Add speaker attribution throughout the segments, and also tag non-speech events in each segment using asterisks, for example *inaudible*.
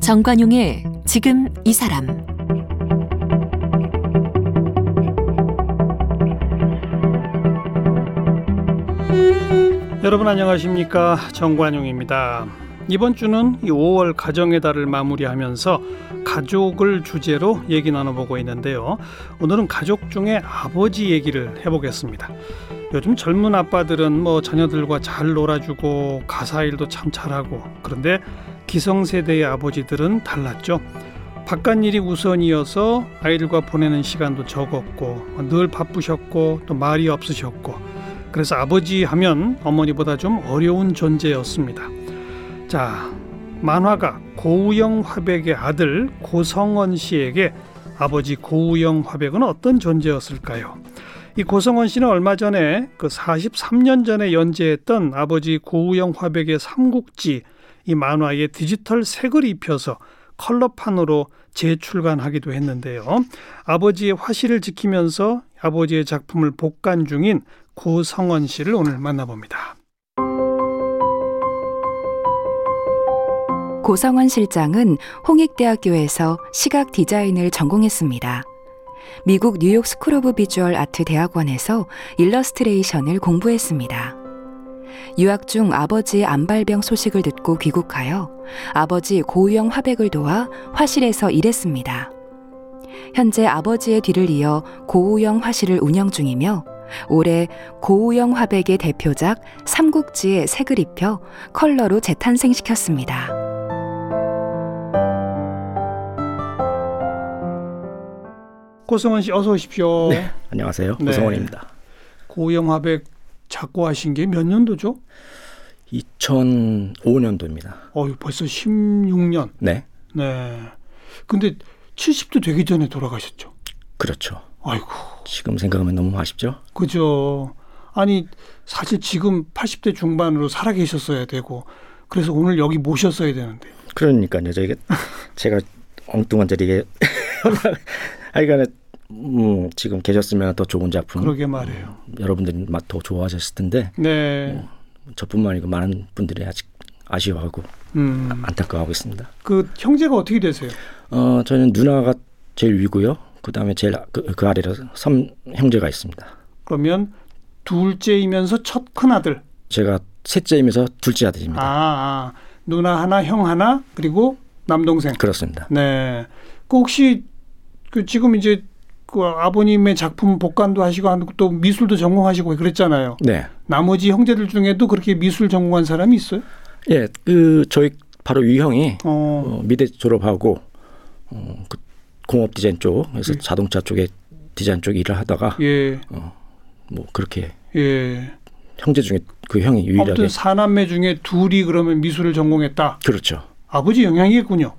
Speaker 1: 정관용의 지금 이 사람
Speaker 2: 여러분 안녕하십니까 정관용입니다. 이번 주는 이 5월 가정의 달을 마무리하면서 가족을 주제로 얘기 나눠보고 있는데요. 오늘은 가족 중에 아버지 얘기를 해보겠습니다. 요즘 젊은 아빠들은 뭐 자녀들과 잘 놀아주고 가사 일도 참 잘하고 그런데 기성세대의 아버지들은 달랐죠. 바깥 일이 우선이어서 아이들과 보내는 시간도 적었고 늘 바쁘셨고 또 말이 없으셨고 그래서 아버지 하면 어머니보다 좀 어려운 존재였습니다. 자, 만화가 고우영 화백의 아들 고성원 씨에게 아버지 고우영 화백은 어떤 존재였을까요? 이 고성원 씨는 얼마 전에 그 43년 전에 연재했던 아버지 고우영 화백의 삼국지 이 만화에 디지털 색을 입혀서 컬러판으로 재출간하기도 했는데요. 아버지의 화실을 지키면서 아버지의 작품을 복간 중인 고성원 씨를 오늘 만나봅니다.
Speaker 3: 고성원 실장은 홍익대학교에서 시각 디자인을 전공했습니다. 미국 뉴욕 스쿨 오브 비주얼 아트 대학원에서 일러스트레이션을 공부했습니다. 유학 중 아버지의 안발병 소식을 듣고 귀국하여 아버지 고우영 화백을 도와 화실에서 일했습니다. 현재 아버지의 뒤를 이어 고우영 화실을 운영 중이며 올해 고우영 화백의 대표작 삼국지에 색을 입혀 컬러로 재탄생시켰습니다.
Speaker 2: 고성원 씨 어서 오십시오.
Speaker 4: 네, 안녕하세요.
Speaker 2: 네.
Speaker 4: 고성원입니다.
Speaker 2: 고우영 화백 작고하신 게 몇 년도죠?
Speaker 4: 2005년도입니다.
Speaker 2: 어유 벌써 16년.
Speaker 4: 네,
Speaker 2: 네. 근데 70도 되기 전에 돌아가셨죠.
Speaker 4: 그렇죠.
Speaker 2: 아이고.
Speaker 4: 지금 생각하면 너무 아쉽죠.
Speaker 2: 그죠. 아니 사실 지금 80대 중반으로 살아 계셨어야 되고 그래서 오늘 여기 모셨어야 되는데.
Speaker 4: 음. 그러니까요. *laughs* 저게 제가 엉뚱한 자리에 *laughs* 하여간에 음, 지금 계셨으면 더 좋은 작품
Speaker 2: 그러게 말이에요.
Speaker 4: 여러분들이 맛 더 좋아하셨을 텐데
Speaker 2: 네.
Speaker 4: 저뿐만 아니고 많은 분들이 아직 아쉬워하고
Speaker 2: 음.
Speaker 4: 안타까워하고 있습니다.
Speaker 2: 그 형제가 어떻게 되세요?
Speaker 4: 어, 저는 누나가 제일 위고요. 그 다음에 제일 아- 그, 그 아래로 삼 형제가 있습니다.
Speaker 2: 그러면 둘째이면서 첫 큰 아들.
Speaker 4: 제가 셋째이면서 둘째 아들입니다.
Speaker 2: 아, 아. 누나 하나, 형 하나, 그리고 남동생.
Speaker 4: 그렇습니다.
Speaker 2: 네. 그 혹시 그 지금 이제 그 아버님의 작품 복관도 하시고 한- 또 미술도 전공하시고 그랬잖아요.
Speaker 4: 네.
Speaker 2: 나머지 형제들 중에도 그렇게 미술 전공한 사람이 있어요?
Speaker 4: 예, 그 저희 바로 위 형이
Speaker 2: 어.
Speaker 4: 어, 미대 졸업하고 어, 그 공업 디자인 쪽, 그래서
Speaker 2: 예.
Speaker 4: 자동차 쪽에 디자인 쪽 일을 하다가
Speaker 2: 예.
Speaker 4: 뭐 그렇게
Speaker 2: 예.
Speaker 4: 형제 중에 그 형이 유일하게
Speaker 2: 아무튼 사남매 중에 둘이 그러면 미술을 전공했다.
Speaker 4: 그렇죠.
Speaker 2: 아버지 영향이겠군요.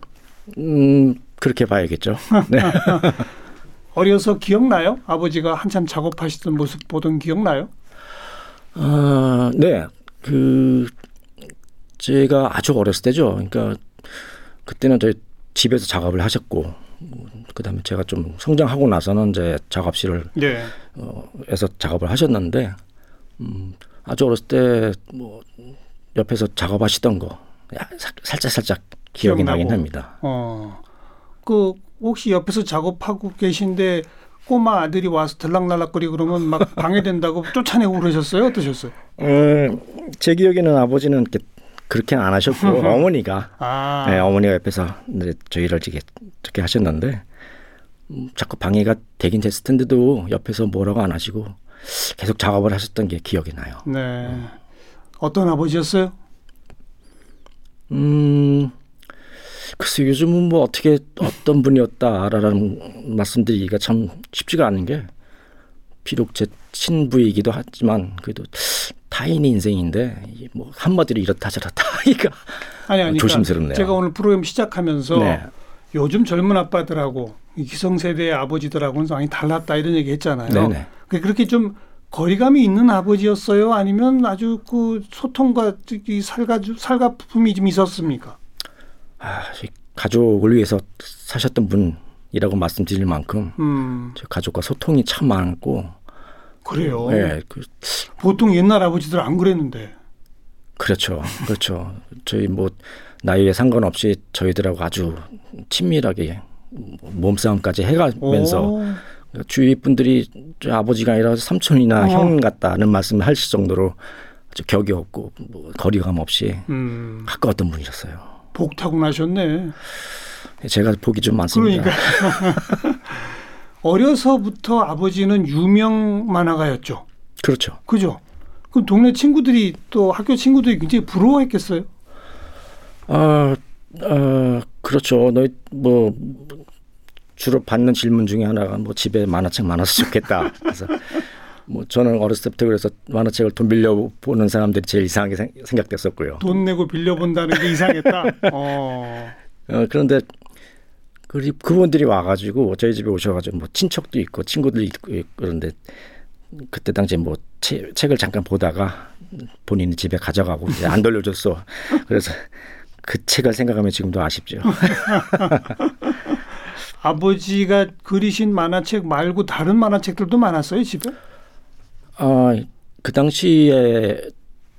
Speaker 4: 음
Speaker 2: *laughs*
Speaker 4: 그렇게 봐야겠죠. 네.
Speaker 2: 어려서 기억나요? 아버지가 한참 작업하시던 모습 보던 기억나요?
Speaker 4: 아, 네. 그 제가 아주 어렸을 때죠. 그러니까 그때는 저희 집에서 작업을 하셨고 그다음에 제가 좀 성장하고 나서는 이제 작업실을
Speaker 2: 네.
Speaker 4: 어, 에서 작업을 하셨는데 음, 아주 어렸을 때 뭐 옆에서 작업하시던 거 야, 사- 살짝 살짝 기억이
Speaker 2: 기억나고.
Speaker 4: 나긴 합니다.
Speaker 2: 어. 그 혹시 옆에서 작업하고 계신데 꼬마 아들이 와서 들락날락거리고 그러면
Speaker 4: *laughs*
Speaker 2: 막 방해된다고 쫓아내고 그러셨어요? 어떠셨어요?
Speaker 4: 음, 제 기억에는 아버지는 이렇게 그렇게는 안 *laughs* 하셨고 어머니가
Speaker 2: 아,
Speaker 4: 네, 어머니가 옆에서 이제 저희를 이렇게 이렇게 하셨는데 음, 자꾸 방해가 되긴 됐을 텐데도 옆에서 뭐라고 안 하시고 계속 작업을 하셨던 게 기억이 나요.
Speaker 2: 네. 어떤 아버지였어요?
Speaker 4: 음, 글쎄 요즘은 뭐 어떻게 어떤 분이었다라는 말씀드리기가 참 쉽지가 않은 게 비록 제 친부이기도 하지만 그래도 타인의 인생인데 이뭐 한마디로 이렇다 저렇다 *laughs* 하기가
Speaker 2: 아니 아니.
Speaker 4: 조심스럽네요.
Speaker 2: 제가 오늘 프로그램 시작하면서
Speaker 4: 네,
Speaker 2: 요즘 젊은 아빠들하고 이 기성세대의 아버지들하고는 많이 달랐다 이런 얘기 했잖아요.
Speaker 4: 네네.
Speaker 2: 그- 그렇게 좀 거리감이 있는 아버지였어요? 아니면 아주 그 소통과 이 살가 살가품이 좀 있었습니까?
Speaker 4: 아, 저희 가족을 위해서 사셨던 분이 이라고 말씀드릴 만큼
Speaker 2: 음,
Speaker 4: 제 가족과 소통이 참 많고
Speaker 2: 그래요.
Speaker 4: 예, 그,
Speaker 2: 보통 옛날 아버지들 안 그랬는데.
Speaker 4: 그렇죠. 그렇죠. 저희 뭐 나이에 상관없이 저희들하고 아주 친밀하게 몸싸움까지 해가면서
Speaker 2: 오,
Speaker 4: 주위 분들이 저 아버지가 아니라 삼촌이나
Speaker 2: 어.
Speaker 4: 형 같다는 말씀을 하실 정도로 아주 격이 없고 뭐 거리감 없이
Speaker 2: 음,
Speaker 4: 가까웠던 분이셨어요.
Speaker 2: 복 타고 나셨네.
Speaker 4: 제가 복이 좀 많습니다.
Speaker 2: 그러니까 *laughs* 어려서부터 아버지는 유명 만화가였죠.
Speaker 4: 그렇죠.
Speaker 2: 그죠? 그럼 동네 친구들이 또 학교 친구들이 굉장히 부러워했겠어요.
Speaker 4: 아, 아 그렇죠. 너희 뭐 주로 받는 질문 중에 하나가 뭐 집에 만화책 많아서 좋겠다. 그래서 뭐 저는 어렸을 때부터 그래서 만화책을 돈 빌려 보는 사람들이 제일 이상하게 생- 생각됐었고요.
Speaker 2: 돈 내고 빌려본다는 게 이상했다. 어,
Speaker 4: 어, 그런데 그, 그분들이 와가지고 저희 집에 오셔가지고 뭐 친척도 있고 친구들이 있고 있고 그런데 그때 당시에 뭐 채- 책을 잠깐 보다가 본인이 집에 가져가고 이제 안 돌려줬어. 그래서 그 책을 생각하면 지금도 아쉽죠.
Speaker 2: 아버지가 그리신 만화책 말고 다른 만화책들도 많았어요 집에.
Speaker 4: 네. 아, 그 당시에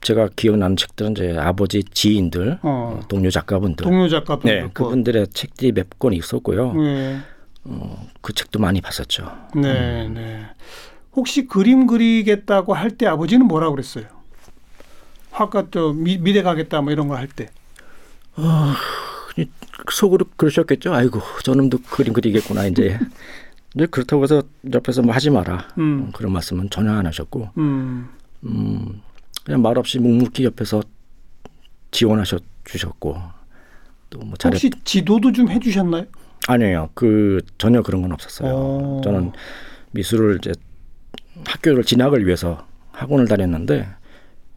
Speaker 4: 제가 기억나는 책들은 이제 아버지 지인들,
Speaker 2: 어,
Speaker 4: 동료 작가분들,
Speaker 2: 동료 작가분.
Speaker 4: 네, 그분들의 책들이 몇 권 있었고요.
Speaker 2: 네,
Speaker 4: 그 책도 많이 봤었죠.
Speaker 2: 네, 네. 혹시 그림 그리겠다고 할 때 아버지는 뭐라 그랬어요? 화가 저 미, 미대 가겠다 뭐 이런 걸 할 때.
Speaker 4: 속으로 그러셨겠죠. 아이고, 저놈도 그림 그리겠구나
Speaker 2: *laughs*
Speaker 4: 이제. 근데 그렇다고 해서 옆에서 뭐 하지 마라
Speaker 2: 음,
Speaker 4: 그런 말씀은 전혀 안 하셨고,
Speaker 2: 음.
Speaker 4: 음, 그냥 말 없이 묵묵히 옆에서 지원하셔 주셨고, 또 뭐 잘했
Speaker 2: 혹시 지도도 좀 해주셨나요?
Speaker 4: 아니에요. 그 전혀 그런 건 없었어요.
Speaker 2: 어.
Speaker 4: 저는 미술을 이제 학교를 진학을 위해서 학원을 다녔는데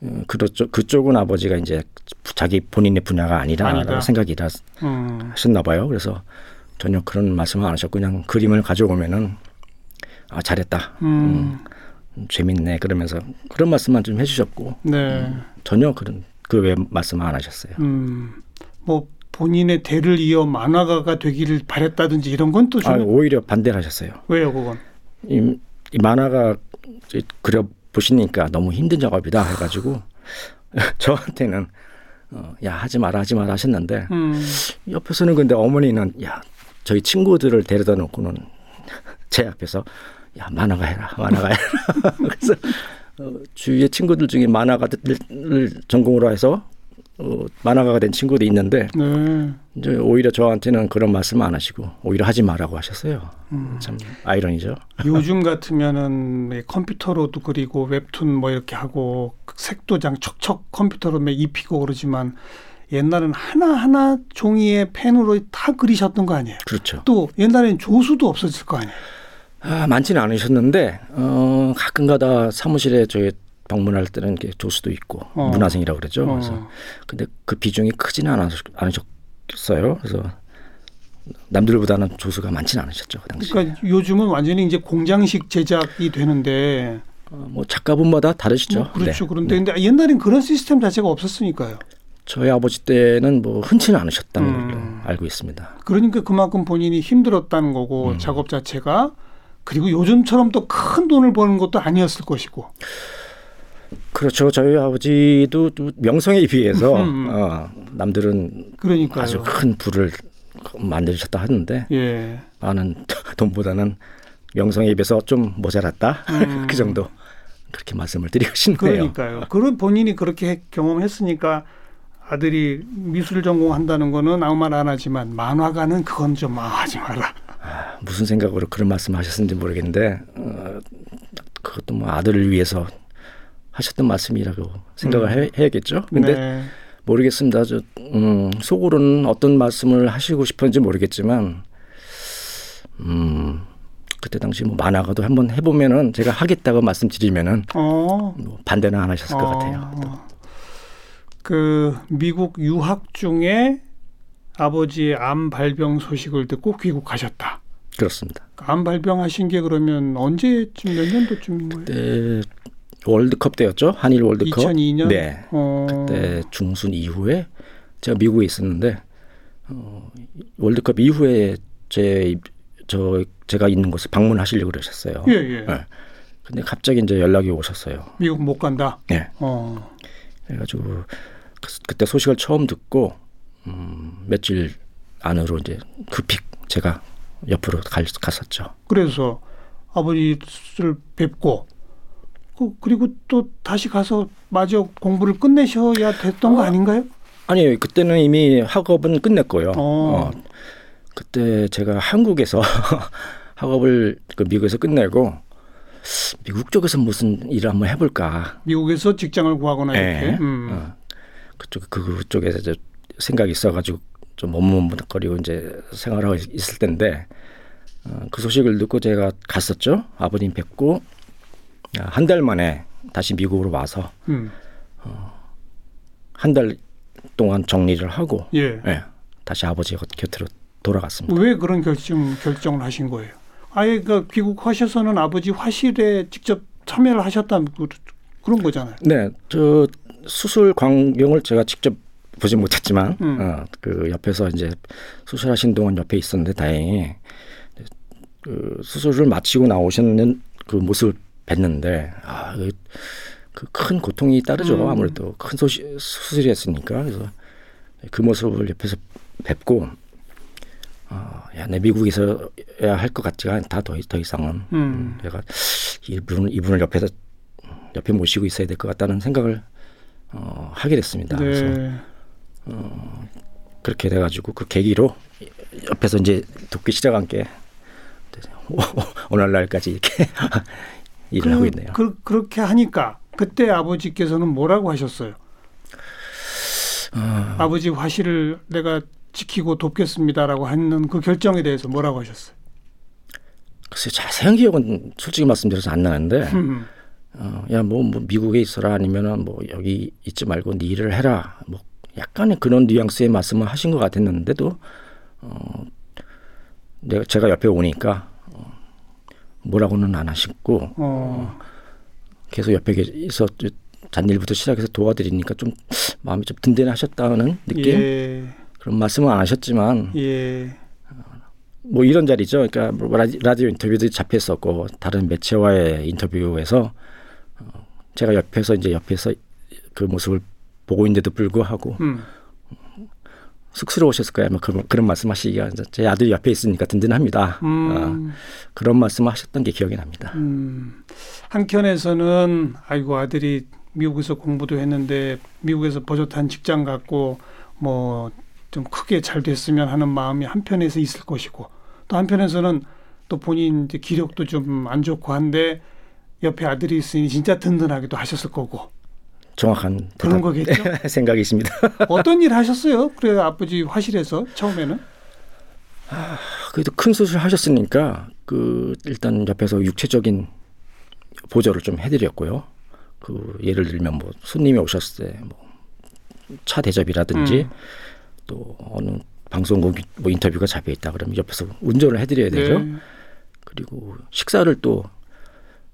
Speaker 4: 음, 그쪽 그쪽은 아버지가 이제 자기 본인의 분야가 아니라라고
Speaker 2: 아니다.
Speaker 4: 생각이 나-
Speaker 2: 음.
Speaker 4: 하셨나 봐요. 그래서 전혀 그런 말씀을 안 하셨고 그냥 그림을 가져오면은 아 잘했다.
Speaker 2: 음.
Speaker 4: 음, 재밌네 그러면서 그런 말씀만 좀 해주셨고
Speaker 2: 네.
Speaker 4: 전혀 그런 그 외 말씀 안 하셨어요.
Speaker 2: 음. 뭐 본인의 대를 이어 만화가가 되기를 바랬다든지 이런 건 또
Speaker 4: 아,
Speaker 2: 좀
Speaker 4: 오히려 반대를 하셨어요.
Speaker 2: 왜요 그건?
Speaker 4: 이, 이 만화가 그려 보시니까 너무 힘든 작업이다 해가지고 *laughs* 저한테는 어, 야 하지 마라 하지 마라 하셨는데
Speaker 2: 음.
Speaker 4: 옆에서는 근데 어머니는 야 저희 친구들을 데려다 놓고는 *laughs* 제 앞에서 야 만화가 해라 만화가 해라 *laughs* 그래서 어, 주위의 친구들 중에 만화가를 전공으로 해서 어, 만화가가 된 친구도 있는데
Speaker 2: 네.
Speaker 4: 이제 오히려 저한테는 그런 말씀 안 하시고 오히려 하지 마라고 하셨어요
Speaker 2: 음.
Speaker 4: 참 아이러니죠
Speaker 2: 요즘 같으면은 이 컴퓨터로도 그리고 웹툰 뭐 이렇게 하고 색도장 척척 컴퓨터로 막 입히고 그러지만 옛날은 하나 하나 종이에 펜으로 다 그리셨던 거 아니에요?
Speaker 4: 그렇죠
Speaker 2: 또 옛날엔 조수도 없었을 거 아니에요?
Speaker 4: 아, 많지는 않으셨는데 어, 가끔가다 사무실에 저희 방문할 때는 이렇게 조수도 있고
Speaker 2: 어.
Speaker 4: 문화생이라고 그러죠.
Speaker 2: 어.
Speaker 4: 그래서 근데 그 비중이 크지는 않으셨, 않으셨어요. 그래서 남들보다는 조수가 많지는 않으셨죠 그 당시.
Speaker 2: 그러니까 요즘은 완전히 이제 공장식 제작이 되는데
Speaker 4: 어, 뭐 작가분마다 다르시죠.
Speaker 2: 뭐 그렇죠.
Speaker 4: 네.
Speaker 2: 그런데 근데 옛날엔 그런 시스템 자체가 없었으니까요.
Speaker 4: 저희 아버지 때는 뭐 흔치는 않으셨다는
Speaker 2: 음.
Speaker 4: 걸로 알고 있습니다.
Speaker 2: 그러니까 그만큼 본인이 힘들었다는 거고
Speaker 4: 음.
Speaker 2: 작업 자체가 그리고 요즘처럼 또 큰 돈을 버는 것도 아니었을 것이고.
Speaker 4: 그렇죠. 저희 아버지도 또 명성에 비해서
Speaker 2: 음. 네.
Speaker 4: 어, 남들은
Speaker 2: 그러니까요.
Speaker 4: 아주 큰 부를 만드셨다 하는데
Speaker 2: 예.
Speaker 4: 나는 *laughs* 돈보다는 명성에 비해서 좀 모자랐다 *laughs* 그 정도 그렇게 말씀을 드리고 싶네요.
Speaker 2: 음. 그러니까요. 그런 본인이 그렇게 했- 경험했으니까 아들이 미술 전공한다는 거는 아무 말 안 하지만 만화가는 그건 좀 아, 하지 마라.
Speaker 4: 아, 무슨 생각으로 그런 말씀하셨는지 모르겠는데 어, 그것도 뭐 아들을 위해서 하셨던 말씀이라고 생각을 해, 해야겠죠. 근데
Speaker 2: 음. 네.
Speaker 4: 모르겠습니다. 저 음, 속으로는 어떤 말씀을 하시고 싶었는지 모르겠지만 음, 그때 당시 뭐 만화가도 한번 해보면은 제가 하겠다고 말씀드리면은
Speaker 2: 어.
Speaker 4: 뭐 반대는 안 하셨을 것
Speaker 2: 어,
Speaker 4: 같아요.
Speaker 2: 그 미국 유학 중에 아버지의 암 발병 소식을 듣고 귀국하셨다. 그러니까
Speaker 4: 그렇습니다.
Speaker 2: 암 발병하신 게 그러면 언제쯤 몇 년도쯤인 거예요?
Speaker 4: 그때 월드컵 때였죠 한일 월드컵
Speaker 2: 2002년.
Speaker 4: 네
Speaker 2: 어,
Speaker 4: 그때 중순 이후에 제가 미국에 있었는데 어, 월드컵 이후에 제 저 제가 있는 곳에 방문하시려고 그러셨어요.
Speaker 2: 예, 예.
Speaker 4: 네. 근데 갑자기 이제 연락이 오셨어요.
Speaker 2: 미국 못 간다.
Speaker 4: 예.
Speaker 2: 어.
Speaker 4: 그래가지고 그- 그때 소식을 처음 듣고 음, 며칠 안으로 이제 급히 제가 옆으로 갈, 갔었죠.
Speaker 2: 그래서 아버지를 뵙고 그, 그리고 또 다시 가서 마저 공부를 끝내셔야 됐던
Speaker 4: 어?
Speaker 2: 거 아닌가요?
Speaker 4: 아니 그때는 이미 학업은 끝냈고요.
Speaker 2: 어.
Speaker 4: 어, 그때 제가 한국에서 *laughs* 학업을 그 미국에서 끝내고 미국 쪽에서 무슨 일을 한번 해볼까.
Speaker 2: 미국에서 직장을 구하거나
Speaker 4: 예.
Speaker 2: 이렇게. 음.
Speaker 4: 어, 그쪽 그- 그쪽에서 이제 생각이 있어가지고 좀 머뭇머뭇거리고 이제 생활하고 있- 있을 텐데 어, 그 소식을 듣고 제가 갔었죠. 아버님 뵙고 한 달 만에 다시 미국으로 와서
Speaker 2: 음.
Speaker 4: 한 달 동안 정리를 하고
Speaker 2: 예.
Speaker 4: 예. 다시 아버지 곁으로 돌아갔습니다.
Speaker 2: 왜 그런 결정 결정을 하신 거예요? 아예 그 귀국하셔서는 아버지 화실에 직접 참여를 하셨다는 그- 그런 거잖아요.
Speaker 4: 네, 저 수술 광경을 제가 직접 보지 못했지만
Speaker 2: 음.
Speaker 4: 어, 그 옆에서 이제 수술하신 동안 옆에 있었는데 다행히 그 수술을 마치고 나오시는 그 모습을 뵀는데 아, 그 큰 고통이 따르죠.
Speaker 2: 음.
Speaker 4: 아무래도 큰 소시, 수술이었으니까 그래서 그 모습을 옆에서 뵙고 어, 야, 내 미국에서 해야 할 것 같지가 않다. 더, 더 이상은
Speaker 2: 음.
Speaker 4: 내가 이분 이분을 옆에서 옆에 모시고 있어야 될 것 같다는 생각을 어, 하게 됐습니다. 그래서
Speaker 2: 네.
Speaker 4: 그렇게 돼가지고 그 계기로 옆에서 이제 돕기 시작한 게 오늘날까지 이렇게 *laughs* 일을 하고 있네요.
Speaker 2: 그, 그렇게 하니까 그때 아버지께서는 뭐라고 하셨어요?
Speaker 4: 어.
Speaker 2: 아버지 화실을 내가 지키고 돕겠습니다라고 하는 그 결정에 대해서 뭐라고 하셨어요?
Speaker 4: 글쎄 자세한 기억은 솔직히 말씀드려서 안 나는데
Speaker 2: 음.
Speaker 4: 어, 야뭐 뭐 미국에 있어라 아니면은 뭐 여기 있지 말고 네 일을 해라 뭐 약간의 그런 뉘앙스의 말씀을 하신 것 같았는데도 어, 내가 제가 옆에 오니까 어, 뭐라고는 안 하시고
Speaker 2: 어,
Speaker 4: 계속 옆에 계- 있어 잔일부터 시작해서 도와드리니까 좀 마음이 좀 든든하셨다는 느낌
Speaker 2: 예,
Speaker 4: 그런 말씀은 안 하셨지만
Speaker 2: 예,
Speaker 4: 뭐 이런 자리죠. 그러니까 뭐 라디- 라디오 인터뷰도 잡혔었고 다른 매체와의 인터뷰에서 어, 제가 옆에서 이제 옆에서 그 모습을 보고 있는데도 불구하고
Speaker 2: 음,
Speaker 4: 쑥스러우셨을 거예요. 아마 그런, 그런 말씀하시기가 이제 제 아들이 옆에 있으니까 든든합니다. 어,
Speaker 2: 음,
Speaker 4: 그런 말씀하셨던 게 기억이 납니다.
Speaker 2: 음. 한켠에서는 아이고 아들이 미국에서 공부도 했는데 미국에서 버젓한 직장 갖고 뭐 좀 크게 잘 됐으면 하는 마음이 한편에서 있을 것이고 또 한편에서는 또 본인 이제 기력도 좀 안 좋고 한데 옆에 아들이 있으니 진짜 든든하기도 하셨을 거고
Speaker 4: 정확한
Speaker 2: 그런 *laughs* 거겠죠.
Speaker 4: 대답- *laughs* 생각이십니다.
Speaker 2: 어떤 일 하셨어요? 그래 아버지 화실에서 처음에는
Speaker 4: 그래도 큰 수술 하셨으니까 그 일단 옆에서 육체적인 보조를 좀 해드렸고요. 그 예를 들면 뭐 손님이 오셨을 때 뭐 차 대접이라든지
Speaker 2: 음.
Speaker 4: 또 어느 방송국 뭐 인터뷰가 잡혀 있다 그러면 옆에서 운전을 해드려야 되죠.
Speaker 2: 네.
Speaker 4: 그리고 식사를 또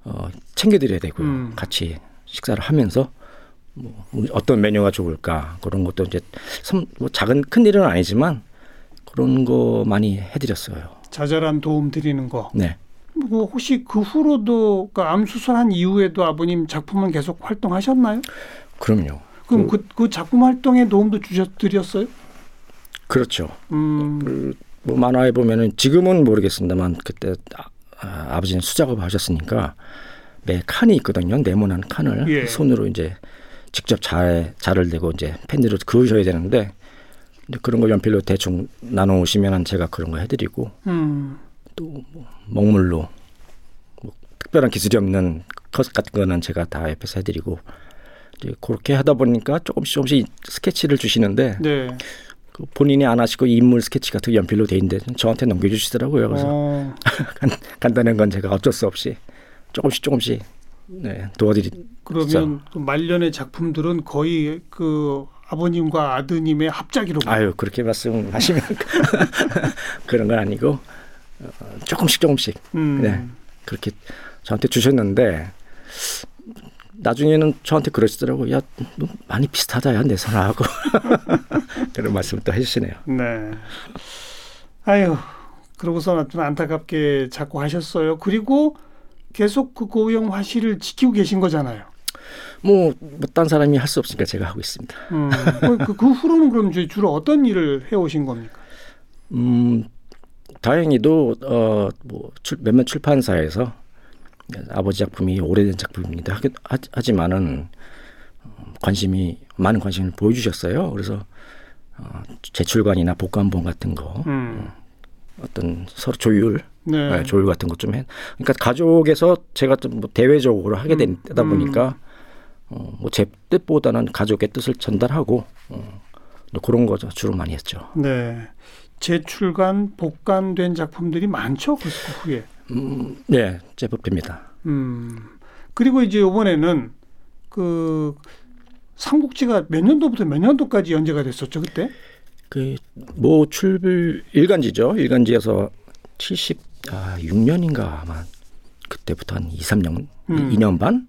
Speaker 4: 어, 챙겨드려야 되고요.
Speaker 2: 음.
Speaker 4: 같이 식사를 하면서 뭐 어떤 메뉴가 좋을까 그런 것도 이제 섬- 뭐 작은 큰 일은 아니지만 그런 거 많이 해드렸어요.
Speaker 2: 자잘한 도움 드리는 거
Speaker 4: 네.
Speaker 2: 뭐 혹시 그 후로도 그암 수술한 이후에도 아버님 작품은 계속 활동하셨나요?
Speaker 4: 그럼요.
Speaker 2: 그럼 그, 그 작품 활동에 도움도 주셨 드렸어요?
Speaker 4: 그렇죠.
Speaker 2: 음,
Speaker 4: 뭐 만화에 보면은 지금은 모르겠습니다만 그때 아, 아, 아버지는 수작업 하셨으니까 매 칸이 있거든요. 네모난 칸을
Speaker 2: 예.
Speaker 4: 손으로 이제 직접 자에 자를 대고 이제 펜으로 그으셔야 되는데 근데 그런 걸 연필로 대충 나눠 오시면은 제가 그런 거 해드리고
Speaker 2: 음,
Speaker 4: 또뭐 먹물로 뭐 특별한 기술이 없는 컷 같은 거는 제가 다 옆에서 해드리고 이제 그렇게 하다 보니까 조금씩 조금씩 스케치를 주시는데
Speaker 2: 네.
Speaker 4: 그 본인이 안 하시고 인물 스케치 같은 거 연필로 돼 있는데 저한테 넘겨주시더라고요. 그래서
Speaker 2: 어,
Speaker 4: 간, 간단한 건 제가 어쩔 수 없이 조금씩 조금씩 네, 도와드리.
Speaker 2: 그러면 그 말년의 작품들은 거의 그 아버님과 아드님의 합작이로
Speaker 4: 아유 그렇게 말씀하시면 *laughs* 그런 건 아니고 어, 조금씩 조금씩
Speaker 2: 음,
Speaker 4: 네. 그렇게 저한테 주셨는데 나중에는 저한테 그러시더라고 야너 많이 비슷하다 야내 *laughs* 손하고 그런 말씀을 또 해주시네요.
Speaker 2: 네. 아유, 그러고서 좀 안타깝게 자꾸 하셨어요. 그리고 계속 그 고용 화실을 지키고 계신 거잖아요.
Speaker 4: 뭐, 뭐딴 사람이 할 수 없으니까 제가 하고 있습니다.
Speaker 2: 음, 그, 그- 그 후로는 그럼 이제 주로 어떤 일을 해오신 겁니까?
Speaker 4: 음, 다행히도 어, 뭐 출, 몇몇 출판사에서 아버지 작품이 오래된 작품입니다. 하긴- 하- 하지만은 음, 관심이 많은 관심을 보여주셨어요. 그래서 어, 제출관이나 복관본 같은 거,
Speaker 2: 음,
Speaker 4: 어떤 서로 조율,
Speaker 2: 네.
Speaker 4: 네, 조율 같은 것 좀 해. 그러니까 가족에서 제가 좀뭐 대외적으로 하게 되다
Speaker 2: 음.
Speaker 4: 보니까 어, 뭐제 뜻보다는 가족의 뜻을 전달하고 어, 그런 거죠. 주로 많이 했죠.
Speaker 2: 네. 재출간, 복간된 작품들이 많죠. 그 후에.
Speaker 4: 음, 네, 제법 됩니다.
Speaker 2: 음. 그리고 이제 이번에는 그 삼국지가 몇 년도부터 몇 년도까지 연재가 됐었죠 그때?
Speaker 4: 그 뭐 출발 일간지죠. 일간지에서 70 아, 6년인가 아마 그때부터 한 2, 3년,
Speaker 2: 음.
Speaker 4: 2년 반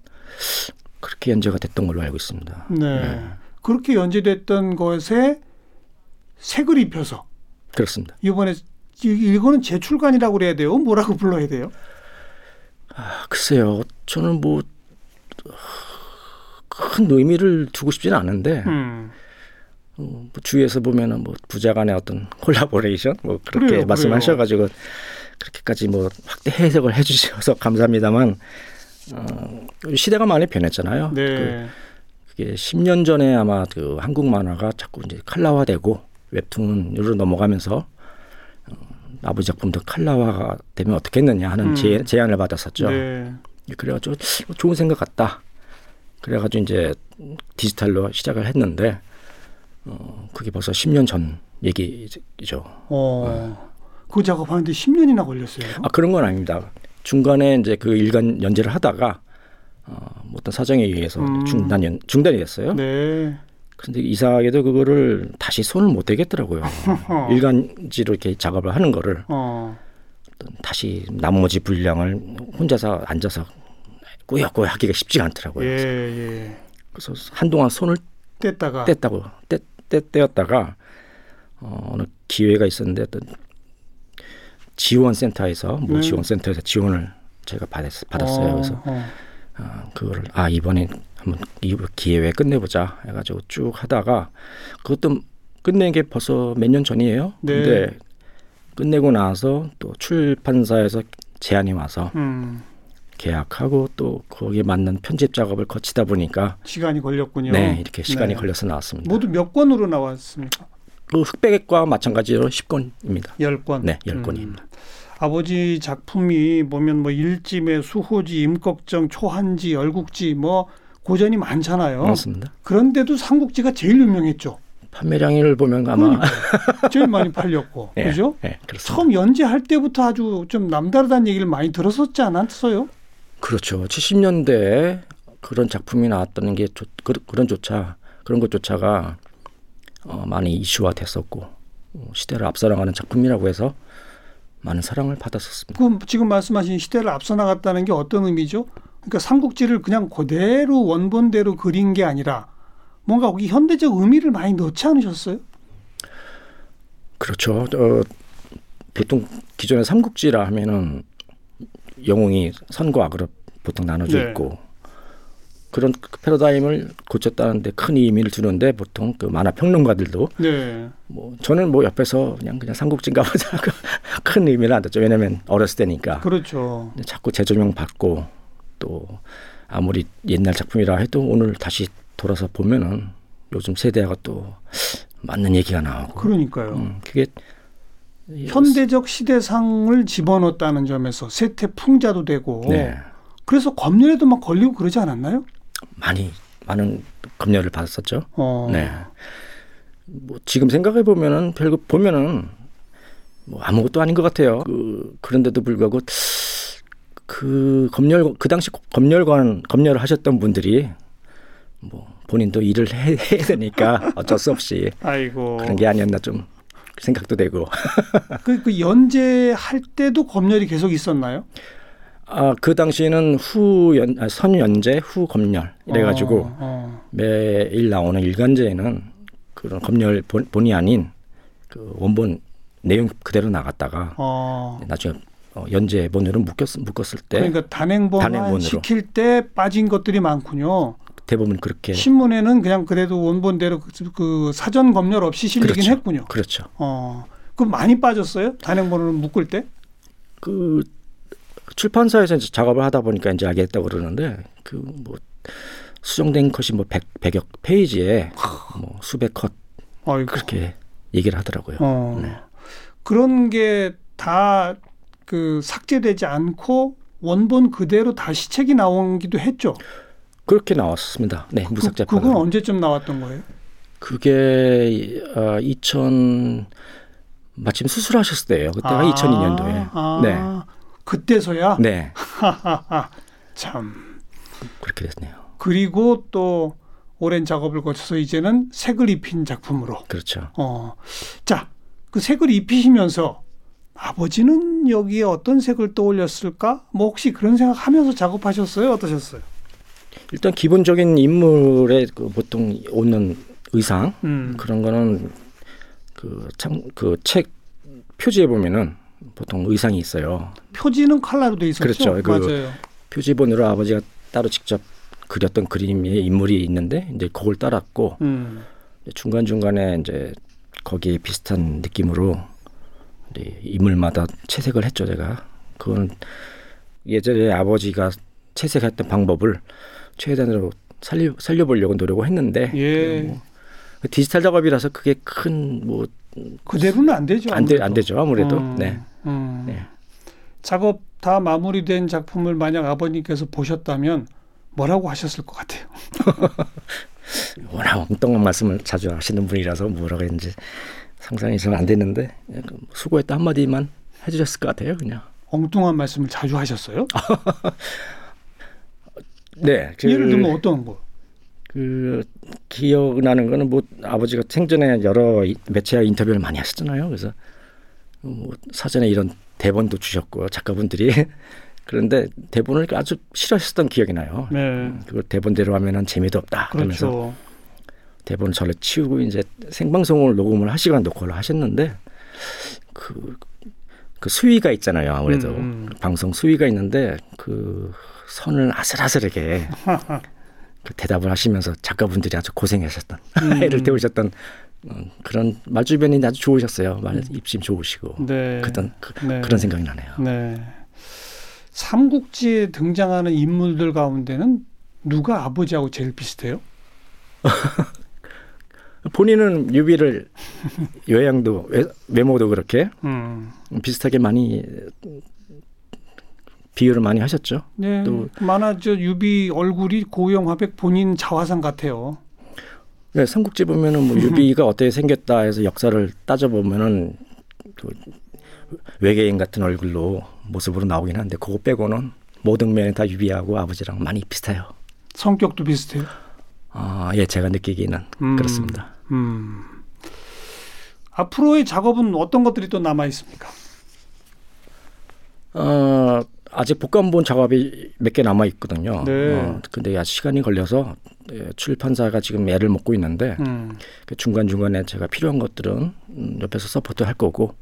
Speaker 4: 그렇게 연재가 됐던 걸로 알고 있습니다.
Speaker 2: 네. 그렇게 연재됐던 것에 색을 입혀서
Speaker 4: 그렇습니다.
Speaker 2: 이번에 이- 이거는 재출간이라고 그래야 돼요. 뭐라고 불러야 돼요?
Speaker 4: 아, 글쎄요. 저는 뭐 큰 의미를 두고 싶지는 않은데
Speaker 2: 음.
Speaker 4: 어, 뭐 주위에서 보면은 뭐 부자간의 어떤 *laughs* 콜라보레이션 뭐 그렇게
Speaker 2: 그래요,
Speaker 4: 말씀하셔가지고 그렇게까지 뭐 확대 해석을 해주셔서 *laughs* 감사합니다만 어, 시대가 많이 변했잖아요. 그,
Speaker 2: 네.
Speaker 4: 그게 10년 전에 아마 그 한국 만화가 자꾸 이제 칼라화되고 웹툰으로 넘어가면서 어, 아버지 작품도 칼라화가 되면 어떻겠느냐 하는
Speaker 2: 음.
Speaker 4: 제, 제안을 받았었죠. 예,
Speaker 2: 네.
Speaker 4: 그래가지고 좋은 생각 같다. 그래가지고 이제 디지털로 시작을 했는데 어, 그게 벌써 10년 전 얘기죠.
Speaker 2: 어. 그 작업하는데 10년이나 걸렸어요.
Speaker 4: 아 그런 건 아닙니다. 중간에 이제 그 일간 연재를 하다가 어, 뭐 어떤 사정에 의해서
Speaker 2: 음.
Speaker 4: 중단 연, 중단이 됐어요.
Speaker 2: 네.
Speaker 4: 근데 이상하게도 그거를 다시 손을 못 대겠더라고요.
Speaker 2: *laughs*
Speaker 4: 일간지로 이렇게 작업을 하는 거를
Speaker 2: 어.
Speaker 4: 다시 나머지 분량을 혼자서 앉아서 꾸역꾸역 하기가 쉽지가 않더라고요.
Speaker 2: 예, 예.
Speaker 4: 그래서 한동안 손을
Speaker 2: 뗐다가
Speaker 4: 뗐다고 떼, 떼, 떼었다가 어, 어느 기회가 있었는데 어떤 지원센터에서 뭐
Speaker 2: 네.
Speaker 4: 지원센터에서 지원을 제가 받았, 받았어요.
Speaker 2: 어,
Speaker 4: 그래서
Speaker 2: 어.
Speaker 4: 아, 그거를 아 이번에 한번 이 기회에 끝내보자 해가지고 쭉 하다가 그것도 끝낸 게 벌써 몇 년 전이에요.
Speaker 2: 네.
Speaker 4: 근데 끝내고 나서 또 출판사에서 제안이 와서
Speaker 2: 음,
Speaker 4: 계약하고 또 거기에 맞는 편집 작업을 거치다 보니까
Speaker 2: 시간이 걸렸군요.
Speaker 4: 네 이렇게 시간이
Speaker 2: 네.
Speaker 4: 걸려서 나왔습니다.
Speaker 2: 모두 몇 권으로 나왔습니까?
Speaker 4: 그 흑백과 마찬가지로 10권입니다.
Speaker 2: 열 권. 음.
Speaker 4: 네, 10권입니다.
Speaker 2: 아버지 작품이 보면 뭐 일찜의 수호지, 임꺽정, 초한지, 열국지 뭐 고전이 많잖아요.
Speaker 4: 맞습니다.
Speaker 2: 그런데도 삼국지가 제일 유명했죠.
Speaker 4: 판매량을 보면 아마
Speaker 2: 제일 많이 팔렸고,
Speaker 4: *laughs* 예,
Speaker 2: 그러니까, 그죠?
Speaker 4: 예, 그렇습니다.
Speaker 2: 처음 연재할 때부터 아주 좀 남다르다는 얘기를 많이 들었었지 않았어요?
Speaker 4: 그렇죠. 70년대에 그런 작품이 나왔다는 게 조, 그, 런조차 그런 것조차가 어, 많이 이슈화 됐었고 어, 시대를 앞서나가는 작품이라고 해서 많은 사랑을 받았었습니다.
Speaker 2: 그 지금 말씀하신 시대를 앞서 나갔다는 게 어떤 의미죠? 그러니까 삼국지를 그냥 그대로 원본대로 그린 게 아니라 뭔가 거기 현대적 의미를 많이 넣지 않으셨어요?
Speaker 4: 그렇죠. 어, 보통 기존의 삼국지라 하면은 영웅이 선과 악으로 보통 나눠져
Speaker 2: 네.
Speaker 4: 있고 그런 그 패러다임을 고쳤다는데 큰 의미를 두는데 보통 그 만화 평론가들도
Speaker 2: 네.
Speaker 4: 뭐 저는 뭐 옆에서 그냥 그냥 삼국지인가 보자 하고 *laughs* 큰 의미를 안 듣죠. 왜냐면 어렸을 때니까
Speaker 2: 그렇죠.
Speaker 4: 근데 자꾸 재조명 받고 또 아무리 옛날 작품이라 해도 오늘 다시 돌아서 보면은 요즘 세대하고 또 맞는 얘기가 나오고
Speaker 2: 그러니까요.
Speaker 4: 음, 예, 그게
Speaker 2: 현대적 시대상을 집어넣었다는 점에서 세태 풍자도 되고
Speaker 4: 네,
Speaker 2: 그래서 검열에도 막 걸리고 그러지 않았나요?
Speaker 4: 많이 많은 검열을 받았었죠.
Speaker 2: 어.
Speaker 4: 네. 뭐 지금 생각해 보면은 결국 보면은 뭐 아무것도 아닌 것 같아요. 그, 그런데도 불구하고 그 검열 그 당시 검열관 검열을 하셨던 분들이 뭐 본인도 일을 해, 해야 되니까 어쩔 수 없이
Speaker 2: 아이고.
Speaker 4: 그런 게 아니었나 좀 생각도 되고
Speaker 2: 그, 그 연재할 때도 검열이 계속 있었나요?
Speaker 4: 아그 당시에는 후연 아, 선연재 후 검열 이래가지고
Speaker 2: 어, 어.
Speaker 4: 매일 나오는 일간지에는 그런 검열 본, 본이 아닌 그 원본 내용 그대로 나갔다가
Speaker 2: 어.
Speaker 4: 나중에 어, 연재 본으로 묶였, 묶었을 때
Speaker 2: 그러니까 단행본만
Speaker 4: 단행본으로.
Speaker 2: 시킬 때 빠진 것들이 많군요.
Speaker 4: 대부분 그렇게
Speaker 2: 신문에는 그냥 그래도 원본대로 그- 그 사전 검열 없이 실리긴
Speaker 4: 그렇죠.
Speaker 2: 했군요.
Speaker 4: 그렇죠.
Speaker 2: 어. 그럼 많이 빠졌어요? 단행본으로 묶을 때?
Speaker 4: 그 출판사에서 이제 작업을 하다 보니까 이제 알겠다고 그러는데 그 뭐 수정된 컷이 뭐 100, 100여 페이지에 뭐 수백 컷
Speaker 2: 어이구.
Speaker 4: 그렇게 얘기를 하더라고요.
Speaker 2: 어.
Speaker 4: 네.
Speaker 2: 그런 게 다 그 삭제되지 않고 원본 그대로 다시 책이 나오기도 했죠.
Speaker 4: 그렇게 나왔습니다. 네, 무삭제
Speaker 2: 그,
Speaker 4: 판
Speaker 2: 그건 언제쯤 나왔던 거예요?
Speaker 4: 그게 아, 2000 마침 수술하셨을 때예요. 그때가 2002년도에.
Speaker 2: 아,
Speaker 4: 네.
Speaker 2: 그때서야.
Speaker 4: 네.
Speaker 2: *laughs* 하하하. 참.
Speaker 4: 그렇게 됐네요.
Speaker 2: 그리고 또 오랜 작업을 거쳐서 이제는 색을 입힌 작품으로.
Speaker 4: 그렇죠.
Speaker 2: 어. 자, 그 색을 입히시면서 아버지는 여기에 어떤 색을 떠올렸을까? 뭐 혹시 그런 생각하면서 작업하셨어요? 어떠셨어요?
Speaker 4: 일단 기본적인 인물의 그 보통 오는 의상
Speaker 2: 음.
Speaker 4: 그런 거는 그 그참그책 표지에 보면은 보통 의상이 있어요.
Speaker 2: 표지는 칼라로 돼 있었죠.
Speaker 4: 그렇죠. 그-
Speaker 2: 맞아요.
Speaker 4: 표지본으로 아버지가 따로 직접 그렸던 그림의 인물이 있는데 이제 그걸 따랐고
Speaker 2: 음.
Speaker 4: 중간 중간에 이제 거기에 비슷한 느낌으로 이제 인물마다 채색을 했죠 제가. 그건 예전에 아버지가 채색했던 방법을 최대한으로 살려 살려보려고 노력을 했는데 그
Speaker 2: 예.
Speaker 4: 디지털 작업이라서 그게 큰뭐
Speaker 2: 그대로는 안 되죠.
Speaker 4: 안, 되,
Speaker 2: 아무래도.
Speaker 4: 안 되죠 아무래도
Speaker 2: 음,
Speaker 4: 네
Speaker 2: 음.
Speaker 4: 네.
Speaker 2: 작업 다 마무리된 작품을 만약 아버님께서 보셨다면 뭐라고 하셨을 것 같아요.
Speaker 4: 워낙 엉뚱한 말씀을 자주 하시는 분이라서 뭐라고 했는지 상상이 잘 안 되는데 약간 수고했다 한마디만 해주셨을 것 같아요 그냥
Speaker 2: 엉뚱한 말씀을 자주 하셨어요.
Speaker 4: 네 그,
Speaker 2: 예를 들면 어떤 거?
Speaker 4: 그 기억나는 거는 뭐 아버지가 생전에 여러 이- 매체와 인터뷰를 많이 하셨잖아요 그래서 뭐 사전에 이런 대본도 주셨고 작가분들이 *laughs* 그런데 대본을 아주 싫어하셨던 기억이 나요
Speaker 2: 네.
Speaker 4: 그걸 대본대로 하면은 재미도 없다 그러면서
Speaker 2: 그렇죠.
Speaker 4: 대본을 저를 치우고 이제 생방송을 녹음을 한 시간 녹화를 하셨는데 그, 그 수위가 있잖아요 아무래도
Speaker 2: 음, 음.
Speaker 4: 방송 수위가 있는데 그 선을 아슬아슬하게 그 대답을 하시면서 작가분들이 아주 고생하셨던 *laughs* 애를 태우셨던 음, 그런 말주변이 아주 좋으셨어요 말 입심 좋으시고
Speaker 2: 음. 네.
Speaker 4: 그던 그,
Speaker 2: 네.
Speaker 4: 런 생각이 나네요
Speaker 2: 네. 삼국지에 등장하는 인물들 가운데는 누가 아버지하고 제일 비슷해요? *laughs*
Speaker 4: 본인은 유비를 요양도 외- 외모도 그렇게
Speaker 2: 음.
Speaker 4: 비슷하게 많이 비유를 많이 하셨죠.
Speaker 2: 네.
Speaker 4: 또-
Speaker 2: 만화 저 유비 얼굴이 고영 화백 본인 자화상 같아요.
Speaker 4: 네, 삼국지
Speaker 2: *laughs*
Speaker 4: 보면은 뭐 유비가 어떻게 생겼다 해서 역사를 따져 보면은 그 외계인 같은 얼굴로 모습으로 나오긴 하는데 그거 빼고는 모든 면에 다 유비하고 아버지랑 많이 비슷해요.
Speaker 2: 성격도 비슷해요.
Speaker 4: 아, 예, 제가 느끼기는
Speaker 2: 음.
Speaker 4: 그렇습니다.
Speaker 2: 음. 앞으로의 작업은 어떤 것들이 또 남아 있습니까?
Speaker 4: 어, 아직 복감본 작업이 몇 개 남아 있거든요.
Speaker 2: 네.
Speaker 4: 어, 근데 아직 시간이 걸려서 예, 출판사가 지금 애를 먹고 있는데
Speaker 2: 음.
Speaker 4: 그 중간 중간에 제가 필요한 것들은 음, 옆에서 서포트 할 거고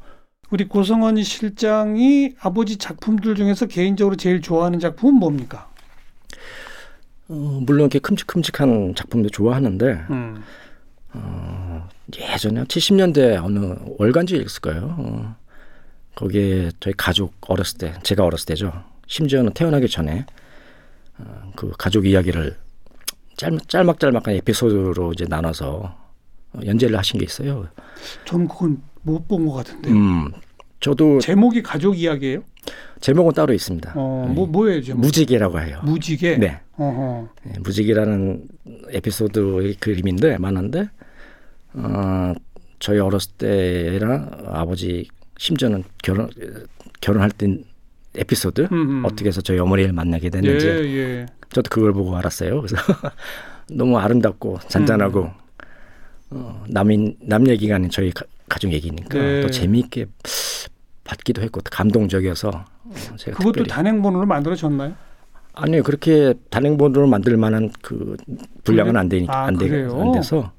Speaker 2: 우리 고성원 실장이 아버지 작품들 중에서 개인적으로 제일 좋아하는 작품은 뭡니까?
Speaker 4: 어, 물론 이렇게 큼직큼직한 작품도 좋아하는데
Speaker 2: 음.
Speaker 4: 예전에 70년대 어느 월간지였을 거예요. 어, 거기에 저희 가족 어렸을 때 제가 어렸을 때죠. 심지어는 태어나기 전에 어, 그 가족 이야기를 짤막, 짤막짤막한 에피소드로 이제 나눠서 어, 연재를 하신 게 있어요.
Speaker 2: 전 그건 못 본 것 같은데.
Speaker 4: 음, 저도
Speaker 2: 제목이 가족 이야기예요?
Speaker 4: 제목은 따로 있습니다.
Speaker 2: 어, 뭐 뭐예요, 제목?
Speaker 4: 아, 네. 무지개라고 해요.
Speaker 2: 무지개.
Speaker 4: 네.
Speaker 2: 어허.
Speaker 4: 예, 무지개라는 에피소드의 그림인데 많은데 어, 저희 어렸을 때랑 아버지 심지어는 결혼 결혼할 때 에피소드
Speaker 2: 음, 음.
Speaker 4: 어떻게 해서 저희 어머니를 만나게
Speaker 2: 예,
Speaker 4: 됐는지
Speaker 2: 예.
Speaker 4: 저도 그걸 보고 알았어요. 그래서 *laughs* 너무 아름답고 잔잔하고
Speaker 2: 음.
Speaker 4: 어, 남인 남 얘기가 아닌 저희 가, 족 얘기니까
Speaker 2: 네.
Speaker 4: 또 재미있게 봤기도 했고 또 감동적이어서 어, 제가
Speaker 2: 그것도
Speaker 4: 특별히
Speaker 2: 단행본으로 만들어졌나요?
Speaker 4: 아니요 그렇게 단행본으로 만들 만한 그 분량은 안 되니까
Speaker 2: 아,
Speaker 4: 안, 되,
Speaker 2: 그래요?
Speaker 4: 안 돼서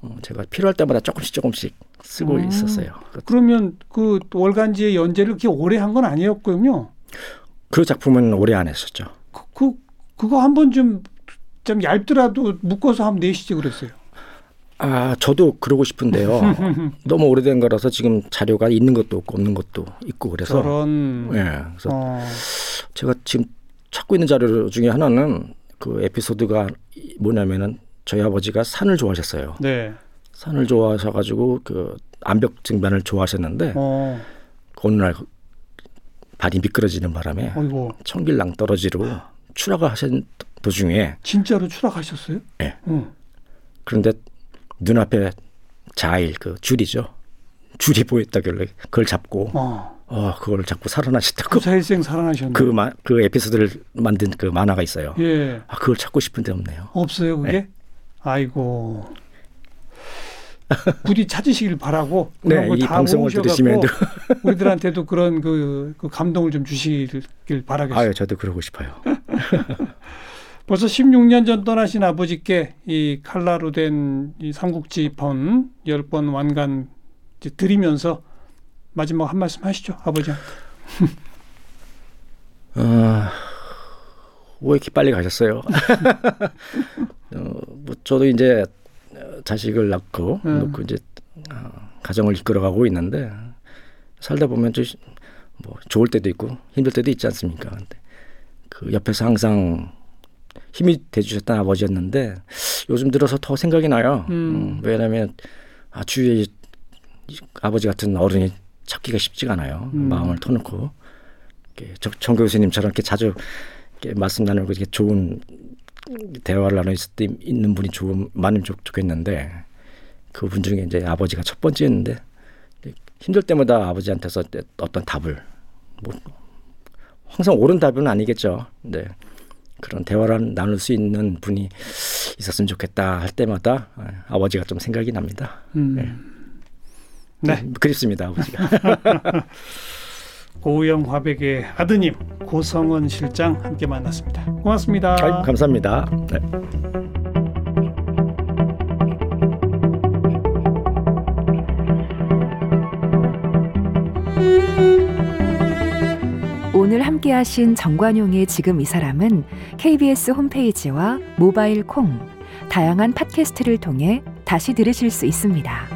Speaker 4: 어, 제가 필요할 때마다 조금씩 조금씩 쓰고
Speaker 2: 음.
Speaker 4: 있었어요. 그-
Speaker 2: 그러면 그 월간지의 연재를 그렇게 오래 한 건 아니었군요.
Speaker 4: 그 작품은 오래 안 했었죠.
Speaker 2: 그, 그 그거 한번 좀 좀 얇더라도 묶어서 한번 내시지 그랬어요.
Speaker 4: 아, 저도 그러고 싶은데요.
Speaker 2: *laughs*
Speaker 4: 너무 오래된 거라서 지금 자료가 있는 것도 없고 없는 것도 있고 그래서
Speaker 2: 저런
Speaker 4: 예. 그래서
Speaker 2: 어,
Speaker 4: 제가 지금 찾고 있는 자료 중에 하나는 그 에피소드가 뭐냐면은 저희 아버지가 산을 좋아하셨어요.
Speaker 2: 네.
Speaker 4: 산을 좋아하셔가지고 그 암벽 등반을 좋아하셨는데
Speaker 2: 어,
Speaker 4: 그 어느 날 발이 미끄러지는 바람에
Speaker 2: 어이고
Speaker 4: 청길랑 떨어지로 추락을 하신 도중에
Speaker 2: 진짜로 추락하셨어요?
Speaker 4: 예.
Speaker 2: 응.
Speaker 4: 그런데 눈앞에 자일 그 줄이죠. 줄이 보였다길래 그걸 잡고
Speaker 2: 어,
Speaker 4: 어 그걸 잡고 살아나셨다고
Speaker 2: 구사일생 살아나셨네.
Speaker 4: 그 마- 그 에피소드를 만든 그 만화가 있어요.
Speaker 2: 예.
Speaker 4: 아 그걸 찾고 싶은데 없네요.
Speaker 2: 없어요 그게? 아이고. 부디 찾으시길 바라고 그런
Speaker 4: *laughs* 네,
Speaker 2: 거
Speaker 4: 이
Speaker 2: 다
Speaker 4: 방송을
Speaker 2: 모으셔갖고
Speaker 4: 들으시면
Speaker 2: *laughs* 우리들한테도 그런 그, 그 감동을 좀 주시길 바라겠습니다.
Speaker 4: 아유 저도 그러고 싶어요.
Speaker 2: 벌써 16년 전 떠나신 아버지께 이 칼라로 된이 삼국지 번 10번 완간 이제 드리면서 마지막 한 말씀 하시죠, 아버지.
Speaker 4: 아왜 어, 이렇게 빨리 가셨어요? *laughs* 어, 뭐 저도 이제 자식을 낳고
Speaker 2: 음.
Speaker 4: 놓고 이제 어, 가정을 이끌어가고 있는데 살다 보면 좀 뭐 좋을 때도 있고 힘들 때도 있지 않습니까? 근데 그 옆에서 항상 힘이 돼주셨던 아버지였는데 요즘 들어서 더 생각이 나요.
Speaker 2: 음.
Speaker 4: 음, 왜냐하면 아, 주위에 이 아버지 같은 어른이 찾기가 쉽지가 않아요.
Speaker 2: 음.
Speaker 4: 마음을 터놓고 이렇게 정- 정 교수님처럼 이렇게 자주 이렇게 말씀 나누고 이렇게 좋은 대화를 나눌 수 있는 분이 좋은 많으면 좋- 좋겠는데 그분 중에 이제 아버지가 첫 번째였는데 힘들 때마다 아버지한테서 어떤 답을 뭐 항상 옳은 답은 아니겠죠. 네. 그런 대화를 나눌 수 있는 분이 있었으면 좋겠다 할 때마다 아버지가 좀 생각이 납니다.
Speaker 2: 음. 네.
Speaker 4: 그립습니다, 아버지가.
Speaker 2: 고우영 화백의 아드님 고성은 실장 함께 만났습니다. 고맙습니다.
Speaker 4: 아이, 감사합니다. 네.
Speaker 3: 오늘 함께하신 정관용의 지금 이 사람은 KBS 홈페이지와 모바일 콩, 다양한 팟캐스트를 통해 다시 들으실 수 있습니다.